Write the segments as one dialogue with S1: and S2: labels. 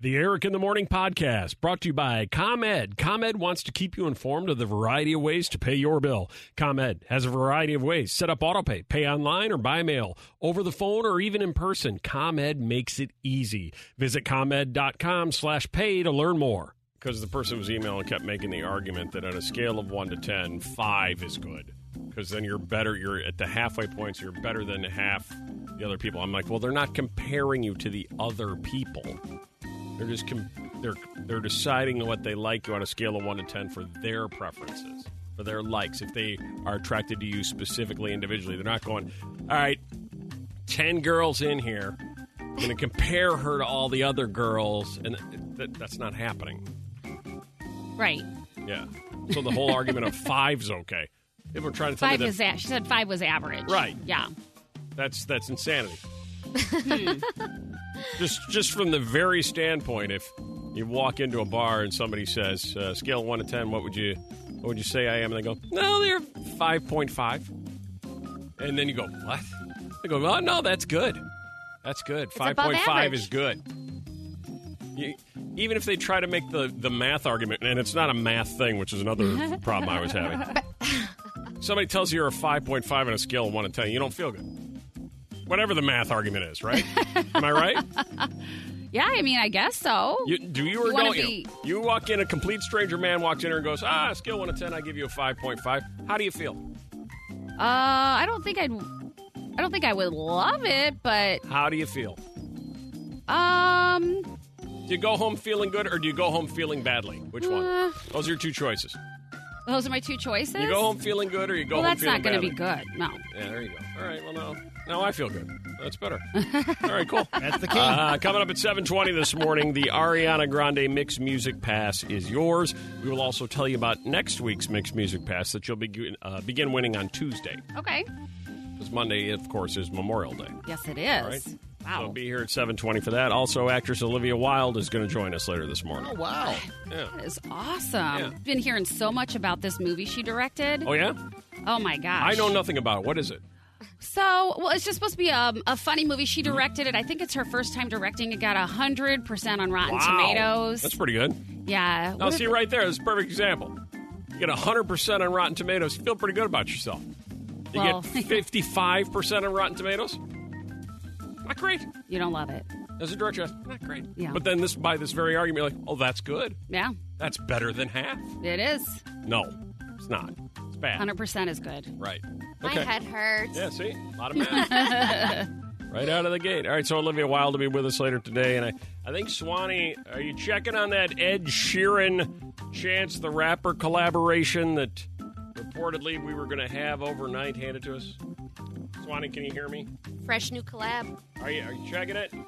S1: The Eric in the Morning podcast brought to you by ComEd. ComEd wants to keep you informed of the variety of ways to pay your bill. ComEd has a variety of ways set up autopay, pay online or by mail, over the phone or even in person. ComEd makes it easy. Visit ComEd.com slash pay to learn more. Because the person who's emailing kept making the argument that on a scale of 1 to 10, 5 is good. Because then you're better, you're at the halfway points, you're better than half the other people. I'm like, well, they're not comparing you to the other people. They're just com- they're they're deciding what they like you on a scale of one to ten for their preferences, for their likes. If they are attracted to you specifically individually, they're not going. All right, ten girls in here. I'm going to compare her to all the other girls, and th- th- that's not happening.
S2: Right.
S1: Yeah. So the whole argument of five's okay. If we're trying to tell me
S2: Five
S1: that-
S2: is that. She said five was average.
S1: Right.
S2: Yeah.
S1: That's that's insanity.
S2: Hmm.
S1: just just from the very standpoint, if you walk into a bar and somebody says uh, scale of one to ten, what would you what would you say I am? And they go, no, they're five point five. And then you go, what? They go, oh no, that's good. That's good. Five
S2: above
S1: point five
S2: average.
S1: is good. You, even if they try to make the, the math argument, and it's not a math thing, which is another problem I was having. Somebody tells you you're a 5.5 on a scale of 1 to 10, you don't feel good whatever the math argument is, right? Am I right?
S2: Yeah, I mean, I guess so.
S1: You, do you or
S2: You wanna
S1: don't you?
S2: be-
S1: You walk in, a complete stranger man walks in here and goes, ah, skill one to ten, I give you a five point five. How do you feel?
S2: uh, I don't think I'd. I don't think I would love it, but
S1: How do you feel?
S2: um,
S1: Do you go home feeling good or do you go home feeling badly? Which
S2: Uh,
S1: one? Those are your two choices.
S2: those are my two choices.
S1: You go home feeling good or you go
S2: well,
S1: home
S2: that's not
S1: feeling
S2: going to
S1: badly.
S2: be good. No.
S1: Yeah, there you go. All right, well now, now I feel good. That's better. All right, cool.
S3: That's the key.
S1: Uh, coming up at 7:20 this morning, the Ariana Grande Mixed Music Pass is yours. We will also tell you about next week's Mixed Music Pass that you'll begin, uh, begin winning on Tuesday.
S2: Okay.
S1: Because Monday, of course, is Memorial Day.
S2: Yes, it
S1: All right.
S2: is. Wow.
S1: So be here at 7:20 for that. Also, actress Olivia Wilde is going to join us later this morning.
S3: oh, wow.
S1: Yeah.
S2: that is awesome.
S1: Yeah.
S2: Been hearing so much about this movie she directed.
S1: Oh yeah,
S2: Oh my gosh.
S1: I know nothing about it. What is it?
S2: So, well, it's just supposed to be a, a funny movie. She
S1: Mm-hmm.
S2: directed it. I think it's her first time directing. It got 100% on Rotten Tomatoes.
S1: That's pretty good.
S2: yeah.
S1: Now,
S2: What
S1: see
S2: if-
S1: right there, that's a perfect example. You get 100% on Rotten Tomatoes, you feel pretty good about yourself. You
S2: Well,
S1: get 55% on Rotten Tomatoes, not great.
S2: you don't love it.
S1: As a director, that's not great.
S2: Yeah.
S1: But then this by this very argument, you're like, oh, that's good.
S2: Yeah,
S1: That's better than half.
S2: it is.
S1: No, it's not. It's bad.
S2: 100% is good.
S1: Right.
S4: My head hurts.
S1: Yeah, see? A lot of math. right out of the gate. All right, so Olivia Wilde will be with us later today. And I, I think, Swanee, are you checking on that Ed Sheeran Chance the Rapper collaboration that reportedly we were going to have overnight handed to us? Swanee, can you hear me?
S4: Fresh new collab.
S1: Are you, are you checking it? You,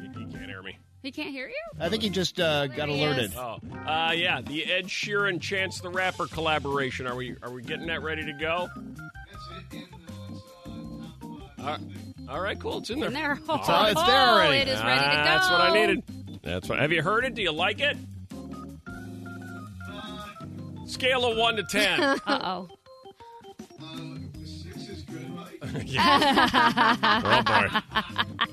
S1: you can't hear me.
S2: He can't hear you?
S3: I think he just uh, got alerted.
S1: Oh, uh, yeah, the Ed Sheeran Chance the Rapper collaboration. Are we are we getting that ready to go? All- Uh, all right, cool. It's in there.
S2: In there. Oh,
S3: all- it's there already.
S2: it is ready to go.
S1: Ah, That's what I needed. That's what. Have you heard it? Do you like it? Scale of one to ten.
S2: Uh-oh.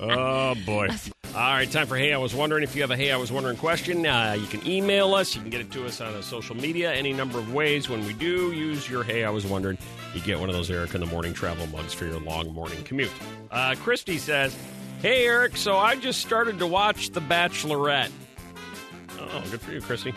S1: oh boy. Oh boy. All right, time for Hey I Was Wondering. If you have a Hey I Was Wondering question, uh, you can email us. You can get it to us on uh, social media, any number of ways. When we do use your Hey I Was Wondering, you get one of those Eric in the Morning travel mugs for your long morning commute. Uh, Christy says, Hey, Eric. So I just started to watch The Bachelorette. Oh, good for you, Chrissy.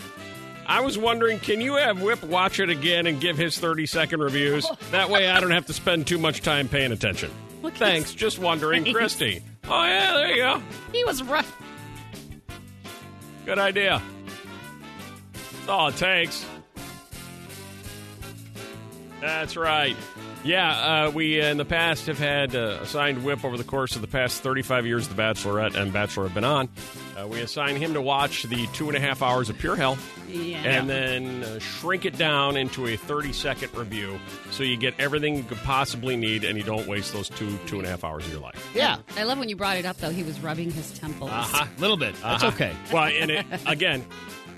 S1: I was wondering, can you have Whip watch it again and give his 30 second reviews? That way I don't have to spend too much time paying attention. Thanks. Just wondering,
S2: face.
S1: Christy. Oh, yeah, there you go.
S2: He was rough.
S1: Good idea. Oh, That's all it takes. That's right. Yeah, uh, we uh, in the past have had uh, assigned Whip over the course of the past 35 years, The Bachelorette and Bachelor have been on. Uh, we assign him to watch the two and a half hours of pure hell
S2: Yeah.
S1: and then uh, shrink it down into a 30 second review so you get everything you could possibly need and you don't waste those two, two and a half hours of your life.
S3: Yeah,
S2: I love when you brought it up, though. He was rubbing his temples.
S1: Uh-huh.
S3: a little bit. That's okay.
S1: Well, and it, again,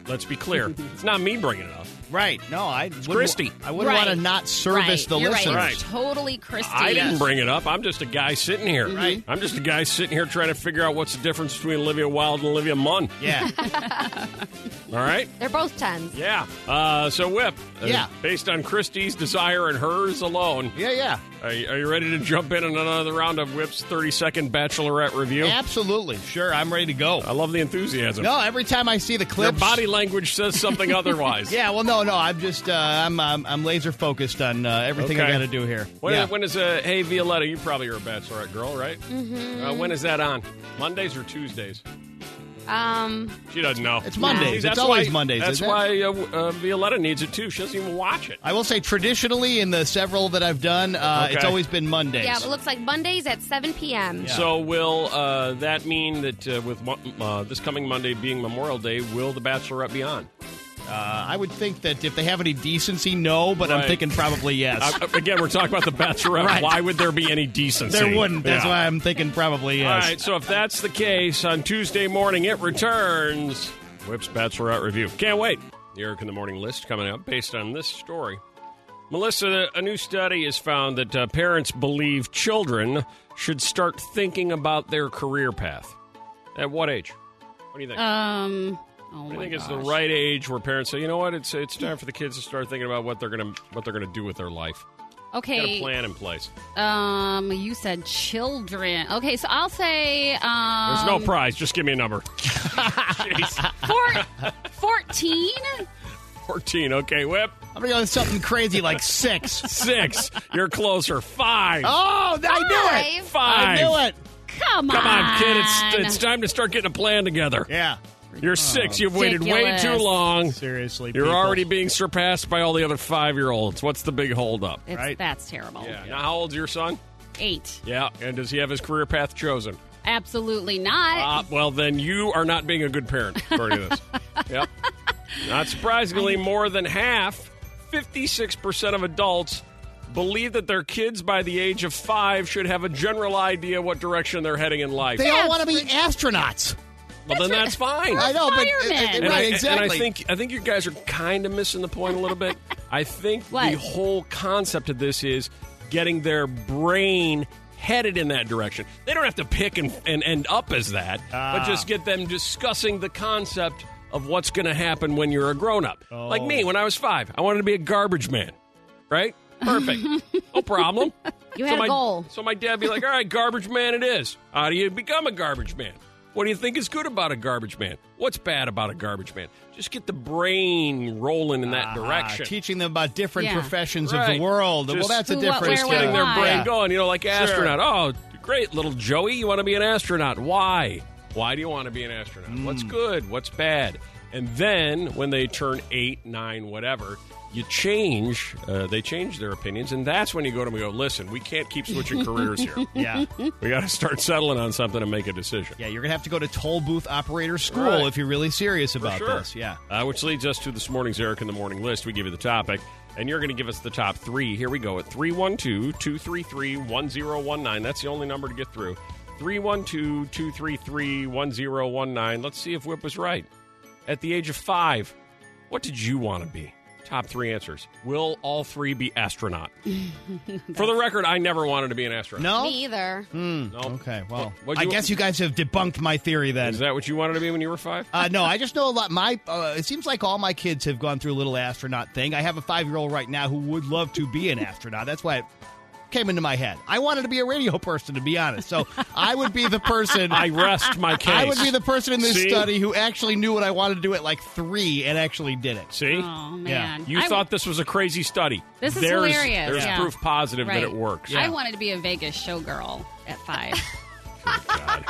S1: let's be clear it's not me bringing it up.
S3: Right. No, I wouldn't,
S1: Christy.
S3: I wouldn't
S2: Right.
S3: want to not service
S2: Right.
S3: the
S2: You're
S3: listeners.
S2: Right.
S1: Right.
S2: It's Totally Christy.
S1: I didn't bring it up. I'm just a guy sitting here.
S3: Right.
S1: I'm just a guy sitting here trying to figure out what's the difference between Olivia Wilde and Olivia Munn.
S3: Yeah.
S1: All right.
S4: They're both tens.
S1: Yeah. Uh, so Whip. uh,
S3: Yeah.
S1: Based on Christie's desire and hers alone,
S3: yeah, yeah.
S1: are you, are you ready to jump in on another round of Whip's 30 second Bachelorette review?
S3: Absolutely. Sure, I'm ready to
S1: I
S3: go.
S1: love the enthusiasm.
S3: No, every time I see the
S1: Your
S3: clips.
S1: body language says something otherwise.
S3: Yeah, well, no, no. I'm just, uh, I'm, I'm, I'm laser focused on uh, everything I
S1: Okay.
S3: got to do here.
S1: When,
S3: yeah.
S1: when is uh, Hey Violetta? You probably are a Bachelorette girl, right? Mm-hmm. Uh, when is that on? Mondays or Tuesdays?
S4: Um,
S1: She doesn't know.
S3: It's Mondays.
S1: That's
S3: It's always
S1: why-
S3: Mondays,
S1: That's
S3: isn't it?
S1: why uh, uh, Violetta needs it too. She doesn't even watch it.
S3: I will say traditionally in the several that I've done, uh,
S1: Okay.
S3: it's always been Mondays.
S4: yeah, it looks like Mondays at 7 p.m.
S3: Yeah.
S1: So will uh, that mean that uh, with mo- uh, this coming Monday being Memorial Day, will The Bachelorette be on?
S3: Uh, I would think that if they have any decency, no, but
S1: Right.
S3: I'm thinking probably yes.
S1: Uh, again, we're talking about The Bachelorette. Why would there be any decency?
S3: there wouldn't. That's
S1: Yeah.
S3: why I'm thinking probably yes.
S1: All right, so if that's the case, on Tuesday morning it returns. Whip's Bachelorette Review. Can't wait. The Eric in the Morning list coming up based on this story. Melissa, a new study has found that uh, parents believe children should start thinking about their career path. At what age? What do you think?
S2: Um. Oh
S1: I
S2: my
S1: think it's the
S2: gosh.
S1: right age where parents say, you know what, it's it's time for the kids to start thinking about what they're gonna what they're gonna do with their life. Got a
S2: Okay.
S1: plan in place.
S2: Um. You said children. Okay. So I'll say. Um,
S1: There's no prize. Just give me a number. Jeez.
S2: Four, 14?
S1: Fourteen. Okay, whip.
S3: I'm gonna go with something crazy like six.
S1: Six. You're closer. Five.
S3: Oh, I knew it.
S4: Five.
S3: I
S1: Five.
S3: knew it.
S2: Come on.
S1: Come on, kid. It's it's time to start getting a plan together.
S3: Yeah.
S1: You're six. You've waited
S2: Ridiculous.
S1: way too long.
S3: Seriously.
S1: You're
S3: people.
S1: already being surpassed by all the other five year olds. What's the big holdup?
S2: It's,
S3: right?
S2: That's terrible.
S1: Yeah. Now, how old's your son?
S2: Eight.
S1: Yeah. And does he have his career path chosen?
S2: Absolutely not.
S1: Uh, well, then you are not being a good parent, according to this. Yep. Not surprisingly, more than half, 56% of adults, believe that their kids by the age of five should have a general idea what direction they're heading in life.
S3: They all want to be astronauts.
S1: well, then that's fine.
S3: I know, but
S2: Firemen.
S3: uh, uh,
S1: and I,
S3: right,
S1: and
S3: exactly.
S1: I think I think you guys are kind of missing the point a little bit. I think
S2: What?
S1: the whole concept of this is getting their brain headed in that direction. They don't have to pick and, and end up as that, but just get them discussing the concept of what's going to happen when you're a grown up. Like me, when I was five, I wanted to be a garbage man, right? Perfect. no problem.
S4: You had a
S1: my,
S4: goal.
S1: So my dad be like, all right, garbage man it is. How do you become a garbage man? What do you think is good about a garbage man? What's bad about a garbage man? Just get the brain rolling in that
S3: Ah,
S1: direction.
S3: teaching them about different
S2: Yeah.
S3: professions of
S1: Right.
S3: the world. well,
S1: Just-
S3: that's a
S2: Who, what,
S3: different.
S1: Just
S2: where,
S1: getting
S2: when,
S1: their
S2: why?
S1: brain
S2: Yeah.
S1: going. You know, like astronaut. Oh, great, little Joey, you want to be an astronaut. Why? Why do you want to be an astronaut? What's good? What's bad? And then when they turn eight, nine, whatever, you change. Uh, they change their opinions, and that's when you go to them and go, "Listen, we can't keep switching careers here.
S3: Yeah.
S1: We got to start settling on something and make a decision."
S3: Yeah, you're going to have to go to toll booth operator school
S1: Right.
S3: if you're really serious about
S1: sure.
S3: this. Yeah.
S1: Uh, which leads us to this morning's Eric in the Morning list. We give you the topic, and you're going to give us the top three. Here we go at 312 233 1019. That's the only number to get through. 312 233 1019. Let's see if Whip was right. At the age of five, what did you want to be? Top three answers. Will all three be astronaut? For the record, I never wanted to be an astronaut.
S3: No?
S4: Me either.
S1: No.
S3: Okay, well,
S1: What'd
S3: I
S1: you-
S3: guess you guys have debunked my theory then.
S1: Is that what you wanted to be when you were five?
S3: Uh, no, I just know a lot. My uh, it seems like all my kids have gone through a little astronaut thing. I have a five year old right now who would love to be an astronaut. That's why it came into my head. I wanted to be a radio person, to be honest. So I would be the person.
S1: I rest my case.
S3: I would be the person in this
S1: See?
S3: study who actually knew what I wanted to do at like three and actually did it.
S1: See?
S2: Oh man,
S1: You
S2: I-
S1: thought this was a crazy study.
S2: This is
S1: there's,
S2: hilarious.
S1: There's
S2: Yeah.
S1: proof positive
S2: Right.
S1: that it works.
S2: I wanted to be a Vegas showgirl at five.
S1: Oh,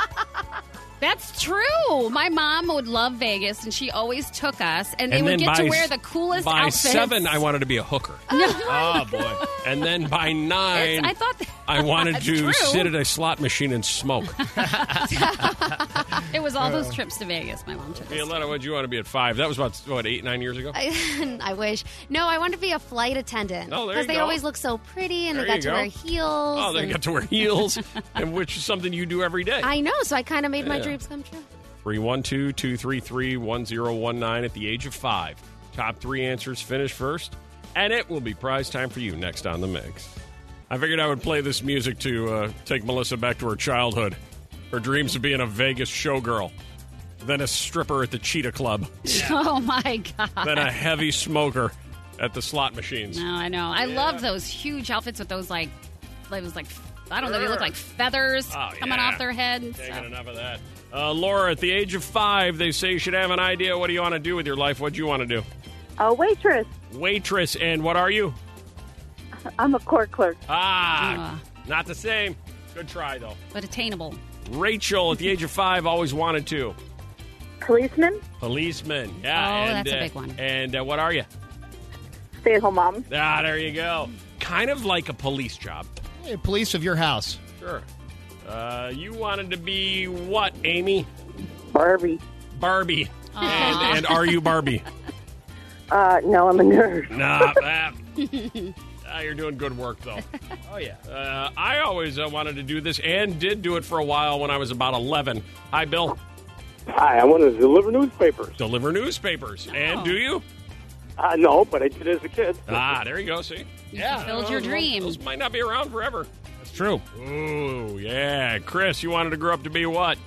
S2: That's true. My mom would love Vegas, and she always took us, and they
S1: and
S2: would
S1: then
S2: get
S1: by,
S2: to wear
S1: s-
S2: the coolest
S1: By
S2: outfits.
S1: seven, I wanted to be a hooker. Ah,
S3: Oh boy.
S1: And then by
S2: It's-
S1: nine,
S2: I thought that,
S1: I wanted
S2: That's
S1: to
S2: true.
S1: sit at a slot machine and smoke.
S2: it was all those trips to Vegas. My mom took us.
S1: Violetta, what'd you want to be at five? That was about, what, eight, nine years ago?
S4: I, I wish. No, I wanted to be a flight attendant.
S1: Oh, there you
S4: they
S1: go.
S4: always look so pretty, and
S1: There
S4: they got
S1: you
S4: to
S1: go.
S4: wear heels.
S1: oh, they
S4: and-
S1: got to wear heels, and which is something you do every day.
S4: I know, so I kind of made my
S1: Yeah.
S4: dreams come true.
S1: 312 233 1019 at the age of five. Top three answers finish first, and it will be prize time for you next on The Mix. I figured I would play this music to uh, take Melissa back to her childhood, her dreams of being a Vegas showgirl, then a stripper at the Cheetah Club,
S2: Oh my god.
S1: then a heavy smoker at the slot machines.
S2: No, I know. I loved those huge outfits with those like, it was like I don't know. They look like feathers
S1: Oh,
S2: coming
S1: yeah.
S2: off their head. and
S1: Can't
S2: stuff.
S1: get enough of that. Uh, Laura, at the age of five, they say you should have an idea. What do you want to do with your life? What do you want to do?
S5: A waitress.
S1: Waitress, and what are you?
S5: I'm a court clerk.
S1: Ah, not the same. Good try, though.
S2: But attainable.
S1: Rachel, at the age of five, always wanted to.
S5: Policeman.
S1: Policeman.
S2: Oh,
S1: Yeah. and,
S2: that's a
S1: uh,
S2: big one.
S1: And uh, what are you?
S5: Stay at home mom.
S1: Ah, there you go. Kind of like a police job.
S3: Hey, police of your house.
S1: Sure. Uh, you wanted to be what, Amy?
S5: Barbie.
S1: Barbie. And, and are you Barbie?
S5: Uh, no, I'm a nerd.
S1: nah. ah. Ah, you're doing good work, though. Oh, yeah. Uh, I always uh, wanted to do this and did do it for a while when I was about 11. Hi, Bill.
S6: Hi, I want to deliver newspapers.
S1: Deliver newspapers. And do you?
S6: Uh, no, but I did as a kid.
S1: Ah, there you go. See,
S2: You fulfilled your
S1: Those-
S2: dream.
S1: Those might not be around forever.
S3: That's true.
S1: Ooh, yeah, Chris, you wanted to grow up to be what?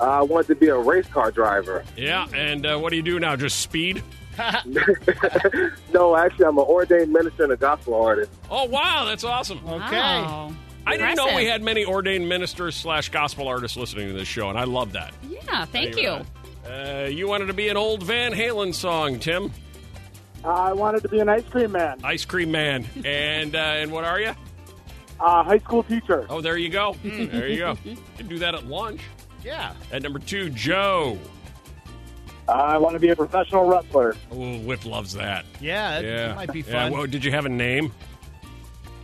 S6: Uh, I wanted to be a race car driver.
S1: Yeah, and uh, what do you do now? Just speed?
S6: No, actually, I'm an ordained minister and a gospel artist.
S1: Oh, wow, that's awesome.
S2: Wow.
S1: I didn't know
S2: Impressive.
S1: we had many ordained ministers slash gospel artists listening to this show, and I love that.
S2: Yeah, thank
S1: Anyway,
S2: you.
S1: Uh, you wanted to be an old Van Halen song, Tim.
S6: Uh, I wanted to be an ice cream man,
S1: Ice Cream Man, and uh, and what are you?
S6: uh, high school teacher.
S1: Oh, there you go. There you go. You can do that at lunch.
S3: Yeah.
S1: At number two, Joe.
S6: Uh, I want to be a professional wrestler.
S1: Oh, Whip loves that.
S3: Yeah. That
S1: yeah,
S3: might be
S1: Yeah,
S3: fun.
S1: well, did you have a name?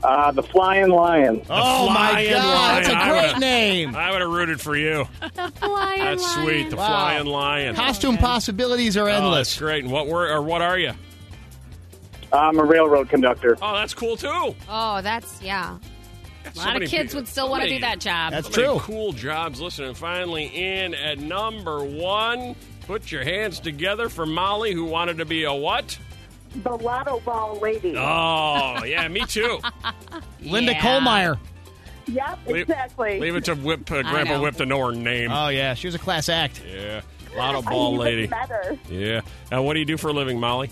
S6: Uh, the flying lion.
S3: oh my
S1: Flying
S3: god, that's
S1: Lion. I
S3: a great
S1: would've-
S3: name.
S1: I would have rooted for you. That's sweet. The
S3: Wow.
S1: flying lion.
S3: Costume possibilities are
S1: Oh,
S3: endless.
S1: that's great. And what were or what are you?
S6: I'm a railroad conductor.
S1: Oh, that's cool too.
S4: Oh, that's yeah.
S2: A lot of kids would still want to do that job.
S3: That's
S1: so many
S3: true.
S1: Cool jobs. Listen, and finally in at number one. Put your hands together for Molly, who wanted to be a what?
S5: The lotto ball lady.
S1: Oh, yeah, me too.
S3: Linda
S2: Yeah.
S3: Kohlmeyer.
S5: yep,
S1: Leave-
S5: exactly.
S1: Leave it to Whip, uh,
S2: I
S1: Grandpa
S2: know.
S1: Whip to know her name.
S3: Oh yeah, she was a class act.
S1: yeah, lotto
S5: I'm
S1: ball
S5: even
S1: lady.
S5: Better.
S1: Yeah. Now, what do you do for a living, Molly?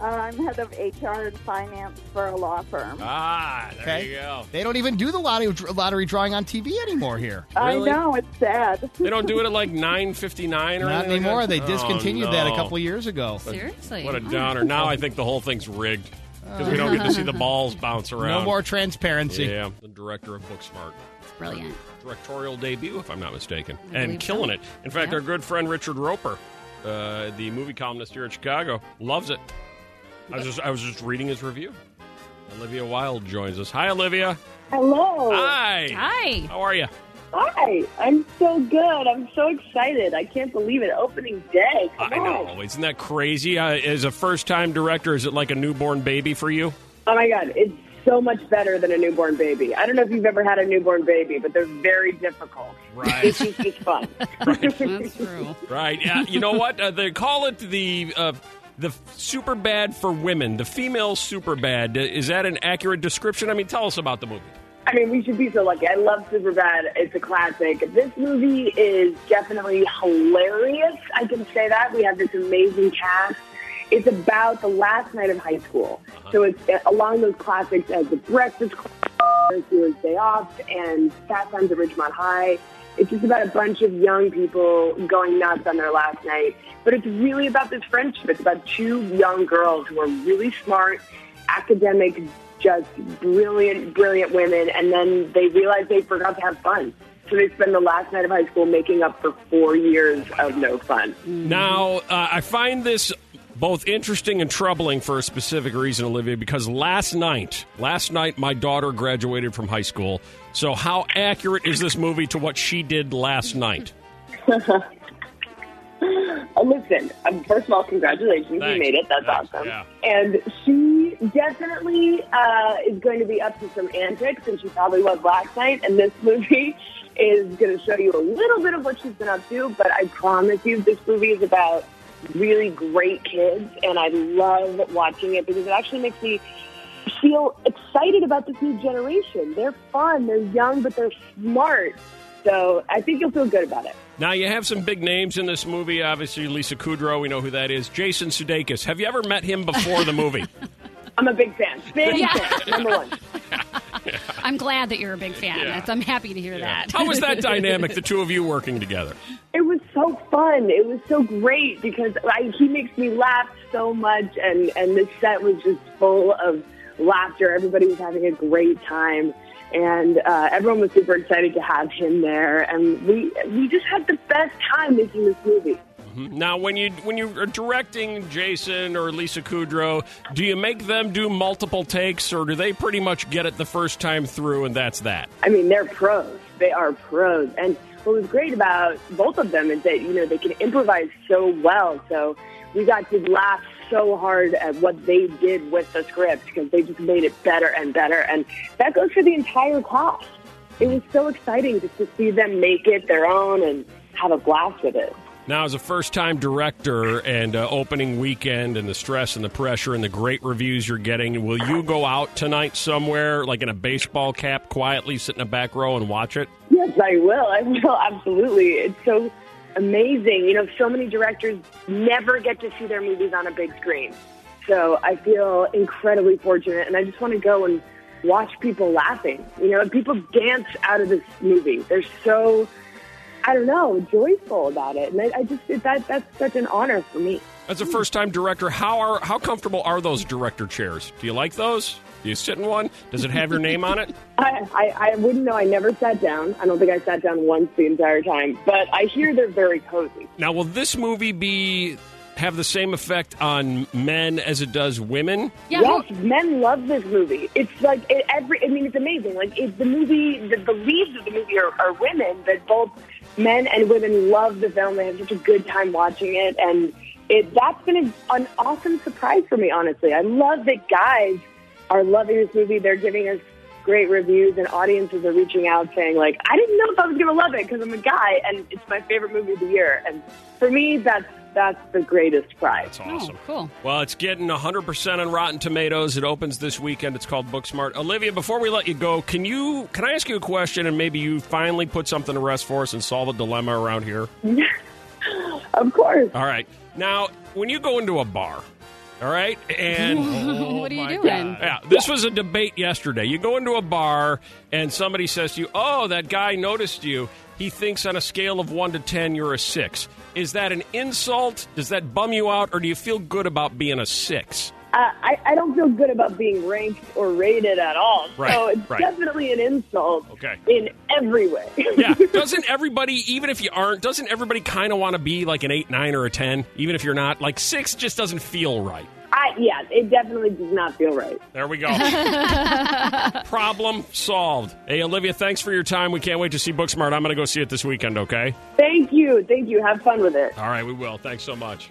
S5: Uh, I'm head of HR and finance for a law firm.
S1: Ah, there
S3: Okay.
S1: you go.
S3: They don't even do the lottery lottery drawing on TV anymore here.
S1: really?
S5: I know it's sad.
S1: They don't do it at like nine fifty nine or
S3: Not
S1: anything like
S3: anymore.
S1: that?
S3: They
S1: Oh,
S3: discontinued that a
S1: no.
S3: couple years ago.
S2: Seriously.
S1: What a downer. Now I think the whole thing's rigged because we don't get to see the balls bounce around.
S3: No more transparency.
S1: Yeah, the director of Booksmart.
S2: It's brilliant.
S1: Directorial debut, if I'm not mistaken.
S2: believe
S1: and killing it. In fact,
S2: Yeah.
S1: our good friend Richard Roper, uh, the movie columnist here at Chicago, loves it. I was just, I was just reading his review. Olivia Wilde joins us. Hi, Olivia.
S5: Hello.
S1: Hi.
S2: Hi.
S1: How are you?
S5: Hi. I'm so good. I'm so excited. I can't believe it. Opening day. Come
S1: I
S5: on.
S1: know. Isn't that crazy? Uh, as a first time director, is it like a newborn baby for you?
S5: Oh my God, it's so much better than a newborn baby. I don't know if you've ever had a newborn baby, but they're very difficult.
S1: Right.
S5: This is just fun.
S2: That's true.
S1: Right. Yeah. You know what? Uh, they call it the uh, the super bad for women, the female super bad. Uh, Is that an accurate description? I mean, tell us about the movie.
S5: I mean, we should be so lucky. I love Superbad. It's a classic. This movie is definitely hilarious. I can say that. We have this amazing cast. It's uh, about the last night of high school. So it's along those classics as The Breakfast Club, Heroes Day Off and Fast Times at Ridgemont High. It's just about a bunch of young people going nuts on their last night. But it's really about this friendship. It's about two young girls who are really smart, academic, just brilliant, brilliant women. And then they realize they forgot to have fun. So they spend the last night of high school making up for four years of no fun.
S1: Now, uh, I find this both interesting and troubling for a specific reason, Olivia, because last night, last night, my daughter graduated from high school. So, how accurate is this movie to what she did last night?
S5: Uh, Listen, um, first of all, congratulations. You
S1: Thanks.
S5: made it. That's
S1: Thanks.
S5: awesome.
S1: Yeah.
S5: And she definitely uh, is going to be up to some antics, and she probably was last night. And this movie is going to show you a little bit of what she's been up to, but I promise you, this movie is about really great kids, and I love watching it because it actually makes me feel excited about this new generation. They're fun, they're young, but they're smart. So I think you'll feel good about it.
S1: Now, you have some big names in this movie. Obviously, Lisa Kudrow, we know who that is. Jason Sudeikis. Have you ever met him before the movie?
S5: I'm a big fan. Big
S2: Yeah.
S5: fan. Number one.
S2: I'm glad that you're a big fan. That's, I'm happy to hear that.
S1: How was that dynamic, the two of you working together?
S5: It was so fun. It was so great because I, he makes me laugh so much, and and this set was just full of laughter. Everybody was having a great time, and uh, everyone was super excited to have him there. And we we just had the best time making this movie.
S1: Now, when you when you are directing Jason or Lisa Kudrow, do you make them do multiple takes, or do they pretty much get it the first time through and that's that?
S5: I mean, they're pros. They are pros. And what was great about both of them is that, you know, they can improvise so well. So we got to laugh so hard at what they did with the script because they just made it better and better. And that goes for the entire cast. It was so exciting just to see them make it their own and have a blast with it.
S1: Now, as a first time director and uh, opening weekend and the stress and the pressure and the great reviews you're getting, will you go out tonight somewhere, like in a baseball cap, quietly sit in a back row and watch it?
S5: Yes, I will. I will, absolutely. It's so amazing. You know, so many directors never get to see their movies on a big screen. So I feel incredibly fortunate, and I just want to go and watch people laughing. You know, people dance out of this movie. They're so, I don't know, joyful about it. And I, I just, that, that's such an honor for me.
S1: As a first time director, how are how comfortable are those director chairs? Do you like those? Do you sit in one? Does it have your name on it?
S5: I, I, I wouldn't know. I never sat down. I don't think I sat down once the entire time, but I hear they're very cozy.
S1: Now, will this movie be have the same effect on men as it does women?
S2: Yeah,
S5: yes,
S2: who-
S5: men love this movie. It's like it, every. I mean, it's amazing. Like it, the movie, the, the leads of the movie are, are women, but both men and women love the film. They have such a good time watching it, and it that's been a, an awesome surprise for me. Honestly, I love that guys are loving this movie. They're giving us great reviews, and audiences are reaching out saying, like, I didn't know if I was going to love it because I'm a guy, and it's my favorite movie of the year. And for me, that's that's the greatest prize.
S1: That's awesome.
S2: Oh, cool.
S1: Well, it's getting 100% on Rotten Tomatoes. It opens this weekend. It's called Booksmart. Olivia, before we let you go, can you can I ask you a question and maybe you finally put something to rest for us and solve a dilemma around here?
S5: Of course.
S1: All right. Now, when you go into a bar, all right, and
S2: what are you doing?
S1: Yeah, this was a debate yesterday. You go into a bar and somebody says to you, "Oh, that guy noticed you. He thinks on a scale of 1 to 10 you're a 6." Is that an insult? Does that bum you out or do you feel good about being a 6?
S5: uh, I, I don't feel good about being ranked or rated at all. so
S1: Right,
S5: it's
S1: right.
S5: definitely an insult
S1: Okay.
S5: in every way.
S1: Yeah, doesn't everybody even if you aren't, doesn't everybody kind of want to be like an 8, 9 or a 10 even if you're not? Like 6 just doesn't feel right.
S5: I, yeah, it definitely does not feel right.
S1: There we go. Problem solved. Hey, Olivia, thanks for your time. We can't wait to see Booksmart. I'm going to go see it this weekend, okay?
S5: Thank you. Thank you. Have fun with it.
S1: All right, we will. Thanks so much.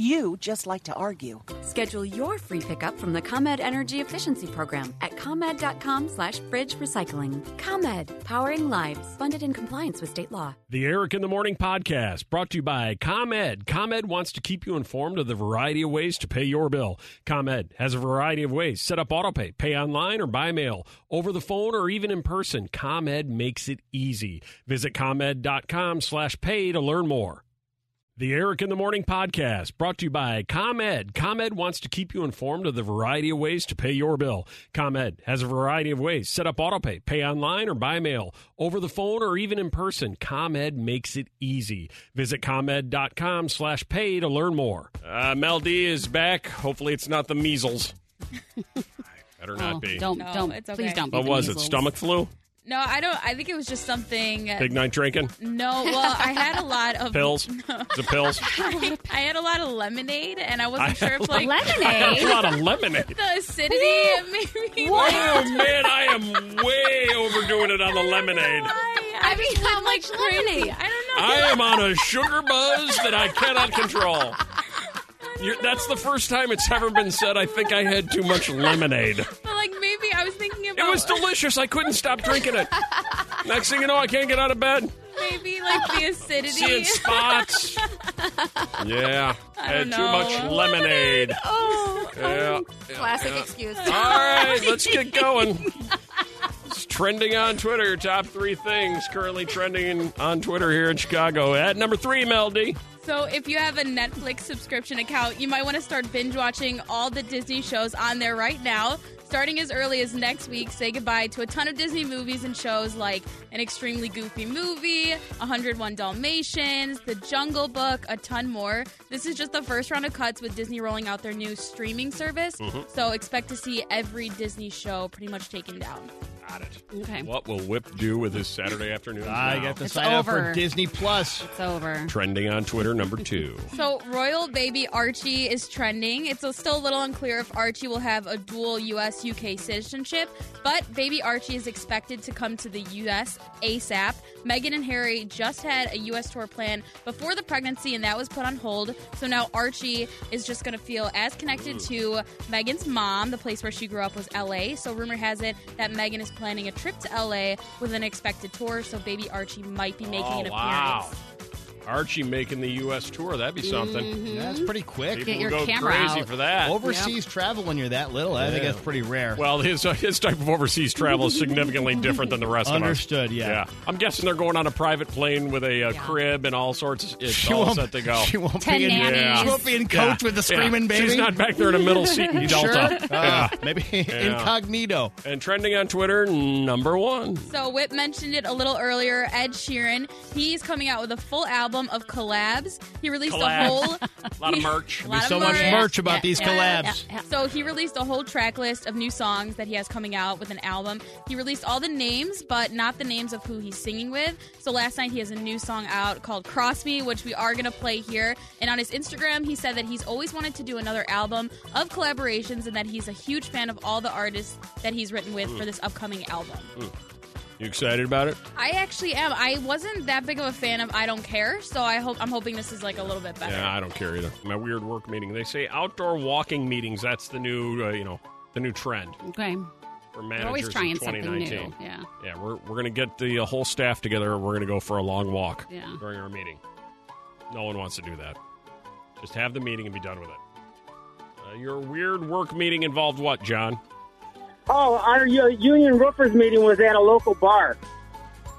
S7: You just like to argue.
S8: Schedule your free pickup from the ComEd Energy Efficiency Program at ComEd.com slash fridge recycling. ComEd, powering lives, funded in compliance with state law.
S1: The Eric in the Morning podcast brought to you by ComEd. ComEd wants to keep you informed of the variety of ways to pay your bill. ComEd has a variety of ways set up autopay, pay online or by mail, over the phone or even in person. ComEd makes it easy. Visit ComEd.com slash pay to learn more. The Eric in the Morning podcast brought to you by ComEd. ComEd wants to keep you informed of the variety of ways to pay your bill. ComEd has a variety of ways set up autopay, pay online or by mail, over the phone or even in person. ComEd makes it easy. Visit ComEd.com slash pay to learn more. Uh, Mel D is back. Hopefully it's not the measles. Better
S2: Oh,
S1: not be.
S2: Don't,
S9: No,
S2: don't,
S9: it's okay.
S2: please don't. be
S1: What
S2: the
S1: was it?
S2: measles.
S1: Stomach flu?
S9: No, I don't. I think it was just something.
S1: Big night drinking?
S2: Uh,
S9: No, well, I had a lot of
S1: Pills? The pills?
S9: I, had a lot of lemonade, and I wasn't
S1: I
S9: sure if
S1: had a
S9: like
S1: lot- I had a lot of lemonade.
S9: the acidity made me. like-
S1: Oh man, I am way overdoing it on the lemonade.
S9: I mean, how much lemonade? I don't know.
S1: I am on a sugar buzz that I cannot control. You're, that's the first time it's ever been said. I think I had too much lemonade.
S9: But like maybe I was thinking
S1: It
S9: about
S1: was delicious. I couldn't stop drinking it. Next thing you know, I can't get out of bed.
S9: maybe like the acidity.
S1: Seeing spots. Yeah, I
S9: I don't
S1: had too much
S9: know.
S1: lemonade.
S9: oh,
S1: Yeah, yeah,
S4: Classic
S1: yeah.
S4: excuse.
S1: All right, let's get going. It's trending on Twitter. Top three things currently trending on Twitter here in Chicago. At number three, Melody.
S9: So, if you have a Netflix subscription account, you might want to start binge watching all the Disney shows on there right now. Starting as early as next week, say goodbye to a ton of Disney movies and shows like An Extremely Goofy Movie, 101 Dalmatians, The Jungle Book, a ton more. This is just the first round of cuts with Disney rolling out their new streaming service.
S1: Mhm.
S9: So, expect to see every Disney show pretty much taken down.
S1: Got it.
S9: Okay.
S1: What will Whip do with his Saturday afternoon?
S3: I
S1: now?
S3: got to sign up for Disney Plus.
S9: It's over.
S1: Trending on Twitter, number two.
S9: So, Royal Baby Archie is trending. It's a- still a little unclear if Archie will have a dual US UK citizenship, but Baby Archie is expected to come to the US ASAP. Meghan and Harry just had a US tour plan before the pregnancy, and that was put on hold. So now Archie is just going to feel as connected to Meghan's mom. The place where she grew up was LA. So, rumor has it that Meghan is planning a trip to LA with an expected tour. So, Baby Archie might be making
S1: oh,
S9: an appearance.
S1: wow. Archie making the U.S. tour. That'd be something.
S9: Mm-hmm.
S3: That's pretty quick.
S1: People go crazy for that.
S3: Overseas travel when you're that little, I think
S1: Yeah.
S3: that's pretty rare.
S1: Well, his his type of overseas travel is significantly different than the rest of us.
S3: Understood, yeah.
S1: Yeah. I'm guessing they're going on a private plane with a, uh crib and all sorts. Of, it's
S3: She
S1: all
S3: won't-
S1: set to go.
S3: she won't Ten be in- nannies. she won't be in coach with the screaming
S1: yeah. She's
S3: baby.
S1: not back there in a middle seat in
S3: You
S1: Delta.
S3: sure? Uh, maybe incognito.
S1: And trending on Twitter, number one.
S9: So Whip mentioned it a little earlier. Ed Sheeran, he's coming out with a full album of collabs. He released
S1: Collabs.
S9: a whole
S1: A lot of merch.
S9: lot
S3: so
S9: of
S3: much merch about these collabs.
S9: So he released a whole track list of new songs that he has coming out with an album. He released all the names, but not the names of who he's singing with. So last night he has a new song out called Cross Me, which we are going to play here. And on his Instagram, he said that he's always wanted to do another album of collaborations and that he's a huge fan of all the artists that he's written with for this upcoming album.
S1: You excited about it?
S9: I actually am. I wasn't that big of a fan of I Don't Care, so I hope I'm hoping this is like a little bit better.
S1: Yeah, I don't care either. My weird work meeting. They say outdoor walking meetings. That's the new, uh, you know, the new trend
S2: Okay.
S1: for
S2: We're
S1: managers
S2: always trying
S1: in
S2: something
S1: 2019.
S2: new. Yeah.
S1: Yeah, we're, we're going to get the uh, whole staff together and we're going to go for a long walk
S2: Yeah.
S1: during our meeting. No one wants to do that. Just have the meeting and be done with it. Uh, your weird work meeting involved what, John?
S6: Oh, our u- union roofers meeting was at a local bar.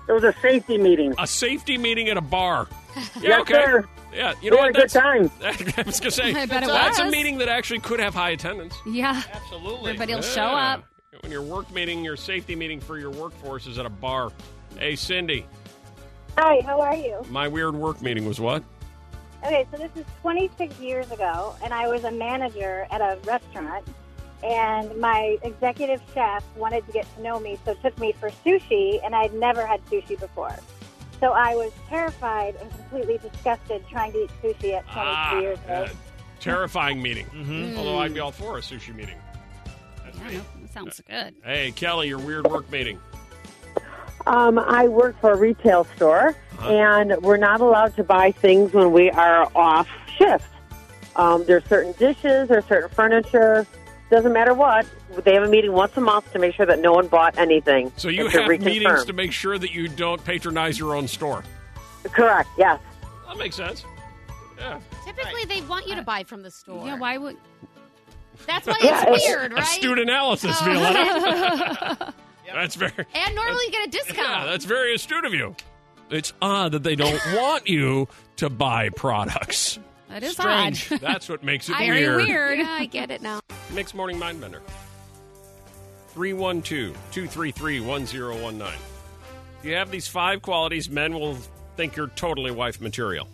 S6: It was a safety meeting.
S1: A safety meeting at a bar. Yeah,
S6: Yes,
S1: okay.
S6: sir.
S1: Yeah,
S6: We
S1: you know
S6: had
S1: what?
S6: a good time.
S1: I was going to say,
S2: I bet it
S1: that's a
S2: was.
S1: meeting that actually could have high attendance.
S2: Yeah.
S1: Absolutely.
S2: Everybody will show up.
S1: When your work meeting, your safety meeting for your workforce is at a bar. Hey, Cindy,
S10: Hi, how are you?
S1: my weird work meeting was what?
S10: Okay, so this is 26 years ago, and I was a manager at a restaurant, and my executive chef wanted to get to know me, so took me for sushi, and I'd never had sushi before. So I was terrified and completely disgusted trying to eat sushi at 22 years old.
S1: uh, terrifying meeting.
S2: Mm.
S1: Although I'd be all for a sushi meeting.
S2: Yeah, no, that sounds good.
S1: Hey, Kelly, your weird work meeting.
S11: Um, I work for a retail
S1: Uh-huh.
S11: store, and we're not allowed to buy things when we are off shift. Um, there's certain dishes, there's certain furniture. Doesn't matter what. They have a meeting once a month to make sure that no one bought anything.
S1: So you
S11: and to
S1: have
S11: reconfirm.
S1: meetings to make sure that you don't patronize your own store.
S11: Correct. Yes.
S1: That makes sense.
S4: Typically, they want you to buy from the store. Yeah,
S2: why would?
S4: That's why it's
S1: Yeah, it's-
S4: weird, right?
S1: Astute analysis,
S4: Oh.
S1: Violetta. That's very.
S4: and normally you get a discount.
S1: Yeah, that's very astute of you. It's odd that they don't want you to buy products.
S2: That is
S1: Strange.
S2: odd.
S1: That's what makes it
S2: Very
S1: weird.
S2: weird.
S4: Yeah, I get it now.
S1: Mixed Morning Mind Bender. 312 233 1019. You have these five qualities, men will think you're totally wife material.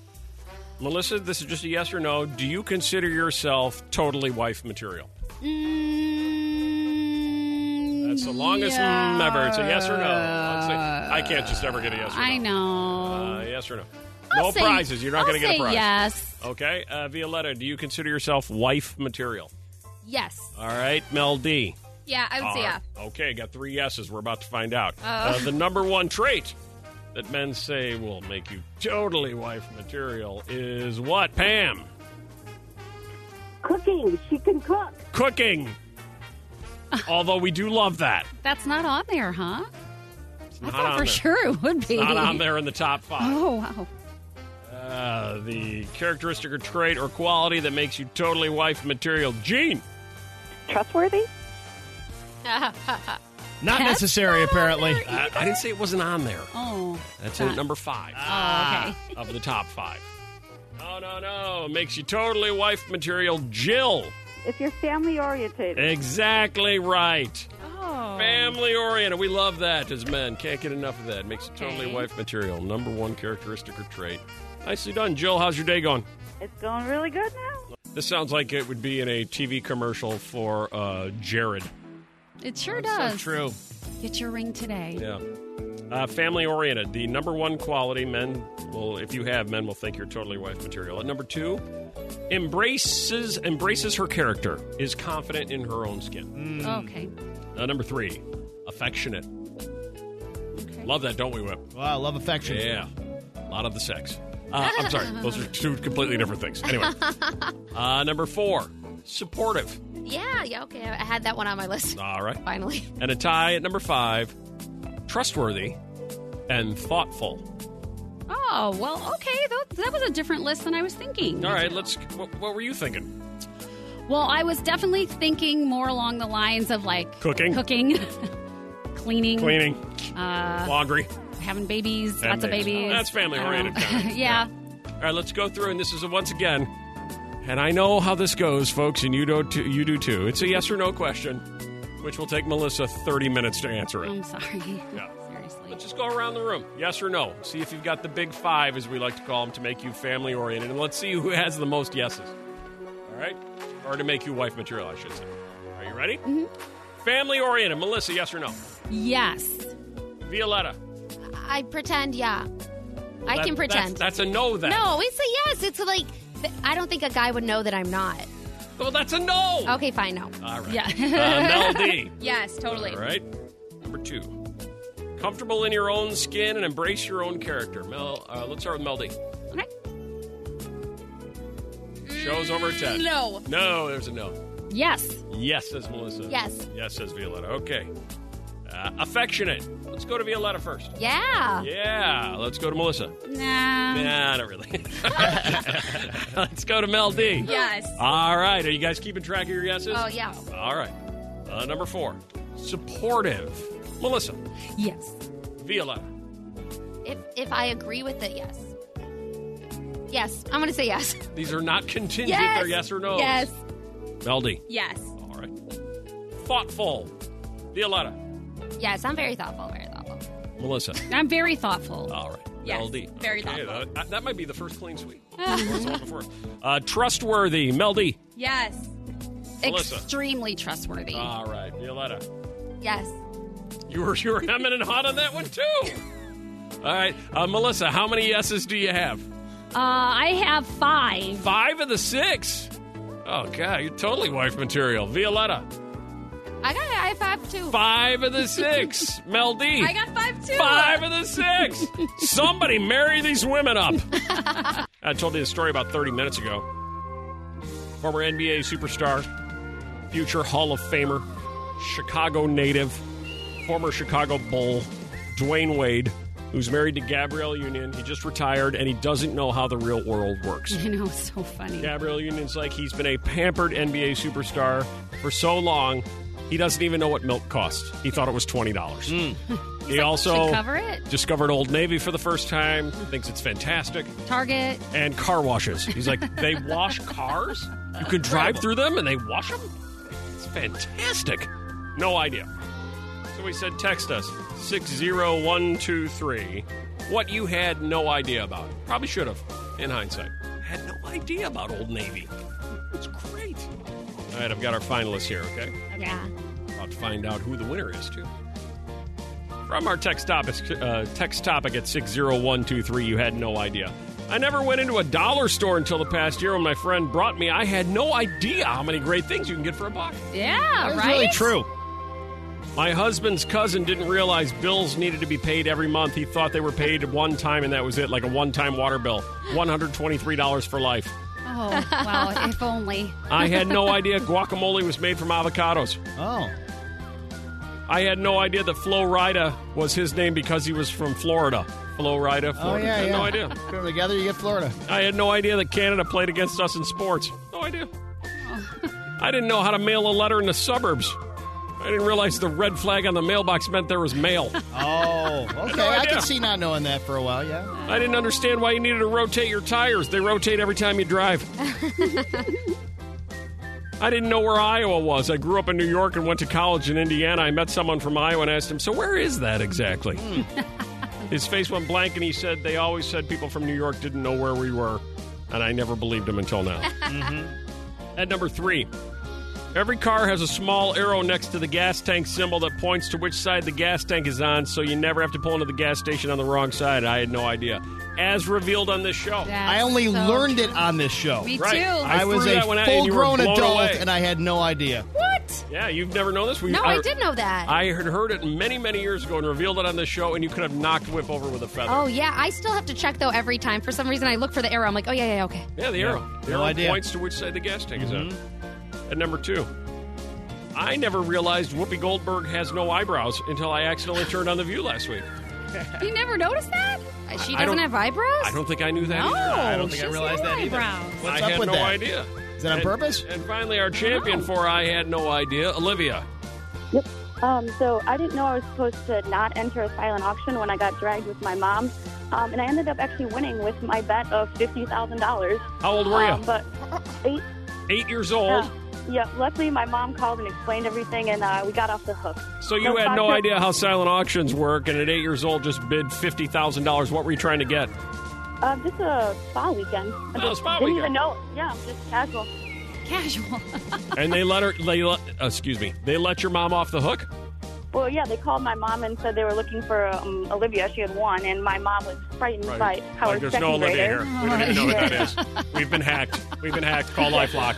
S1: Melissa, this is just a yes or no. Do you consider yourself totally wife material?
S2: Mm,
S1: That's the longest
S2: yeah.
S1: ever. It's a yes or no. I'll say- I can't just ever get a yes or no.
S2: I know.
S1: Uh, yes or no?
S2: I'll
S1: no
S2: say-
S1: prizes. You're not
S2: I'll
S1: going to get
S2: say
S1: a prize.
S2: yes.
S1: Okay. Uh, Violetta, do you consider yourself wife material?
S9: Yes.
S1: All right. Mel D.
S9: Yeah, I would say
S1: All
S9: yeah.
S1: right. Okay, got three yeses. We're about to find out.
S9: Oh.
S1: Uh, the number one trait that men say will make you totally wife material is what, Pam?
S5: Cooking. She can cook.
S1: Cooking. Although we do love that.
S2: That's not on there, huh?
S1: It's
S2: I
S1: not
S2: thought
S1: on
S2: for
S1: there.
S2: sure it would
S1: It's
S2: be.
S1: not on there in the top five.
S2: Oh wow.
S1: Uh, the characteristic or trait or quality that makes you totally wife material. Gene.
S11: Trustworthy?
S3: Not necessary, apparently.
S1: I, I didn't say it wasn't on there.
S2: Oh.
S1: That's it, number five.
S2: Oh,
S1: Of the top five. No, no, no. Makes you totally wife material. Jill.
S12: If you're family oriented.
S1: Exactly right.
S12: Oh.
S1: Family oriented. We love that as men. Can't get enough of that. Makes you totally
S12: Okay.
S1: wife material. Number one characteristic or trait. Nicely done, Jill. How's your day going?
S12: It's going really good now.
S1: This sounds like it would be in a TV commercial for uh, Jared.
S2: It sure does.
S1: true.
S2: Get your ring today.
S1: Yeah. Uh, family oriented. The number one quality men will, if you have, men will think you're totally wife material. At number two, embraces embraces her character, is confident in her own skin.
S2: Mm. Okay.
S1: Uh, number three, affectionate. Love that, don't we, Whip?
S3: Well, I love affection.
S1: Yeah. A lot of the sex. Uh, I'm sorry. Those are two completely different things. Anyway, uh, number four, supportive.
S4: Yeah, yeah, okay. I had that one on my list.
S1: All right.
S4: Finally.
S1: And a tie at number five, trustworthy and thoughtful.
S2: Oh well. Okay. That, that was a different list than I was thinking.
S1: All right, let's. What, what were you thinking?
S2: Well, I was definitely thinking more along the lines of like
S1: Cooking.
S2: cooking, cleaning,
S1: Cleaning,
S2: uh,
S1: laundry,
S2: having babies,
S1: and
S2: lots of babies.
S1: That's family
S2: I don't
S1: oriented.
S2: know.
S1: kind of.
S2: yeah.
S1: All right, let's go through, and this is a, once again. And I know how this goes, folks, and you do too, you do too. It's a yes or no question, which will take Melissa thirty minutes to answer it.
S2: I'm sorry.
S1: Yeah.
S2: Seriously.
S1: Let's just go around the room, yes or no. See if you've got the big five, as we like to call them, to make you family oriented, and let's see who has the most yeses. All right, or to make you wife material, I should say. Are you ready? Family oriented, Melissa, yes or no?
S4: Yes.
S1: Violetta.
S4: I pretend, yeah. I
S1: That-
S4: can pretend.
S1: That's, that's a no then.
S4: No, it's a yes. It's like, th- I don't think a guy would know that I'm not.
S1: Well, that's a no.
S4: Okay, fine, no.
S1: All right.
S4: Oh, Yeah.
S1: Uh, Mel D.
S9: Yes, totally.
S1: All right. Number two. Comfortable in your own skin and embrace your own character. Mel, uh, let's start with Mel D.
S2: Okay.
S1: Shows over ten.
S9: no.
S1: No, there's a no.
S2: Yes.
S1: Yes, says Melissa.
S4: Yes.
S1: Yes, says Violetta. Okay. Uh, affectionate. Let's go to Violetta first.
S4: Yeah.
S1: Yeah. Let's go to Melissa.
S2: Nah.
S1: nah, not really. let's go to Mel D.
S9: Yes.
S1: All right. Are you guys keeping track of your yeses?
S4: Oh, yeah.
S1: All right. Uh, number four, supportive. Melissa,
S2: Yes.
S1: Viola.
S4: If, if I agree with it, yes. Yes, I'm going to say yes.
S1: These are not contingent.
S4: Yes.
S1: They're yes or no.
S4: Yes.
S1: Melody.
S9: Yes.
S1: All right. Thoughtful. Violetta.
S4: Yes, I'm very thoughtful. Very thoughtful.
S1: Melissa.
S2: I'm very thoughtful.
S1: All right.
S2: Yes,
S1: Melody.
S2: very
S1: thoughtful. That, that might be the first clean sweep. Uh, trustworthy. Melody.
S9: Yes.
S1: Melissa. Uh,
S2: Extremely trustworthy.
S1: All right. Violetta.
S4: Yes.
S1: You were you were hemming and hot on that one too. All right, uh, Melissa. How many yeses do you have?
S2: Uh, I have five.
S1: Five of the six. Oh god, you're totally wife material. Violetta.
S4: I got a high five too.
S1: Five of the six. Mel D.
S9: I got five too.
S1: Five of the six. Somebody marry these women up. I told you the story about 30 minutes ago. former NBA superstar, future Hall of Famer, Chicago native, former Chicago Bull, Dwayne Wade, who's married to Gabrielle Union. He just retired and he doesn't know how the real world works.
S2: You know, it's so funny.
S1: Gabrielle Union's like he's been a pampered NBA superstar for so long, he doesn't even know what milk costs. He thought it was twenty dollars. he also
S2: should cover it.
S1: discovered Old Navy for the first time. Thinks it's fantastic.
S2: Target.
S1: And car washes. He's like, they wash cars. You can drive through them and they wash them. It's fantastic. No idea. So we said, text us six zero one two three. What you had no idea about. Probably should have. In hindsight, had no idea about Old Navy. It's great. All right, I've got our finalists here. Okay.
S2: Yeah.
S1: About to find out who the winner is, too. From our text topic, uh, text topic at 60123, you had no idea. I never went into a dollar store until the past year when my friend brought me. I had no idea how many great things you can get for a buck.
S2: Yeah,
S1: That's
S2: right.
S1: true. My husband's cousin didn't realize bills needed to be paid every month. He thought they were paid one time and that was it, like a one time water bill. $123 for life.
S2: Oh wow! if only.
S1: I had no idea guacamole was made from avocados. Oh. I had no idea that Flo Rida was his name because he was from Florida. Flo Rida, Florida.
S3: Oh, yeah,
S1: I had
S3: yeah.
S1: no idea.
S3: Put them together, you get Florida.
S1: I had no idea that Canada played against us in sports. No idea. I didn't know how to mail a letter in the suburbs. I didn't realize the red flag on the mailbox meant there was mail.
S3: Oh, okay. I
S1: idea.
S3: can see not knowing that for a while, yeah.
S1: I didn't understand why you needed to rotate your tires. They rotate every time you drive. I didn't know where Iowa was. I grew up in New York and went to college in Indiana. I met someone from Iowa and asked him, So, where is that exactly?
S3: Hmm.
S1: His face went blank and he said, They always said people from New York didn't know where we were. And I never believed him until now. At number three, every car has a small arrow next to the gas tank symbol that points to which side the gas tank is on, so you never have to pull into the gas station on the wrong side. I had no idea. As revealed on this show.
S3: I only learned it on this show.
S1: Me Right. too. I
S3: I, was
S1: threw
S3: a
S1: that one at you and
S3: full
S1: you were
S3: grown
S1: blown
S3: adult
S1: away.
S3: and I had no idea.
S2: What?
S1: Yeah, you've never known this? We-
S4: No, I did know that.
S1: I had heard it many, many years ago and revealed it on this show, and you could have knocked Whip over with a feather.
S4: Oh yeah, I still have to check though every time. For some reason, I look for the arrow. I'm like, oh yeah, yeah, okay.
S1: Yeah, the arrow. The
S3: No
S1: arrow
S3: idea. Mm-hmm.
S1: points to which side the gas tank is on. At number two, I never realized Whoopi Goldberg has no eyebrows until I accidentally turned on the view last week.
S2: You never noticed that?
S4: She
S1: I don't-
S4: doesn't have eyebrows.
S1: I don't think I knew that.
S4: No,
S1: either.
S4: I don't think I she has realized no that either. eyebrows.
S3: What's
S1: I
S3: up
S1: had
S3: with
S1: no
S3: that?
S1: idea.
S3: Is that on
S1: And-
S3: purpose?
S1: And finally, our champion for I had no idea, Olivia.
S12: Yep. Um, so I didn't know I was supposed to not enter a silent auction when I got dragged with my mom, um, and I ended up actually winning with my bet of fifty thousand dollars.
S1: How old were you?
S12: Um, but eight. uh,
S1: Eight years old.
S12: Yeah. Luckily, my mom called and explained everything, and uh, we got off the hook.
S1: So you had no idea how silent auctions work, and at eight years old, just bid fifty thousand dollars. What were you trying to get?
S12: Uh, just a spa weekend. I
S1: Oh,
S12: just
S1: spa
S12: didn't
S1: weekend.
S12: even know. Yeah, just casual.
S2: Casual.
S1: And they let her. They let, uh, excuse me. They let your mom off the hook.
S12: Well, yeah, they called my mom and said they were looking for um, Olivia. She had won, and my mom was frightened
S1: Right.
S12: by how
S1: Like,
S12: her
S1: there's no
S12: second
S1: Olivia
S12: grader.
S1: here. We don't even know what that is. We've been hacked. We've been hacked. Call LifeLock.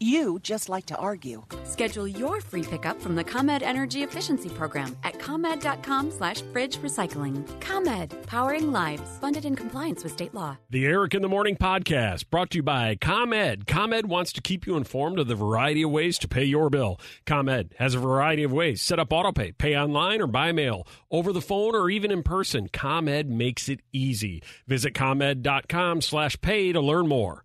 S7: You just like to argue.
S8: Schedule your free pickup from the ComEd Energy Efficiency Program at ComEd.com slash fridge recycling. ComEd, powering lives, funded in compliance with state law.
S1: The Eric in the Morning podcast brought to you by ComEd. ComEd wants to keep you informed of the variety of ways to pay your bill. ComEd has a variety of ways set up autopay, pay online or by mail, over the phone or even in person. ComEd makes it easy. Visit ComEd.com slash pay to learn more.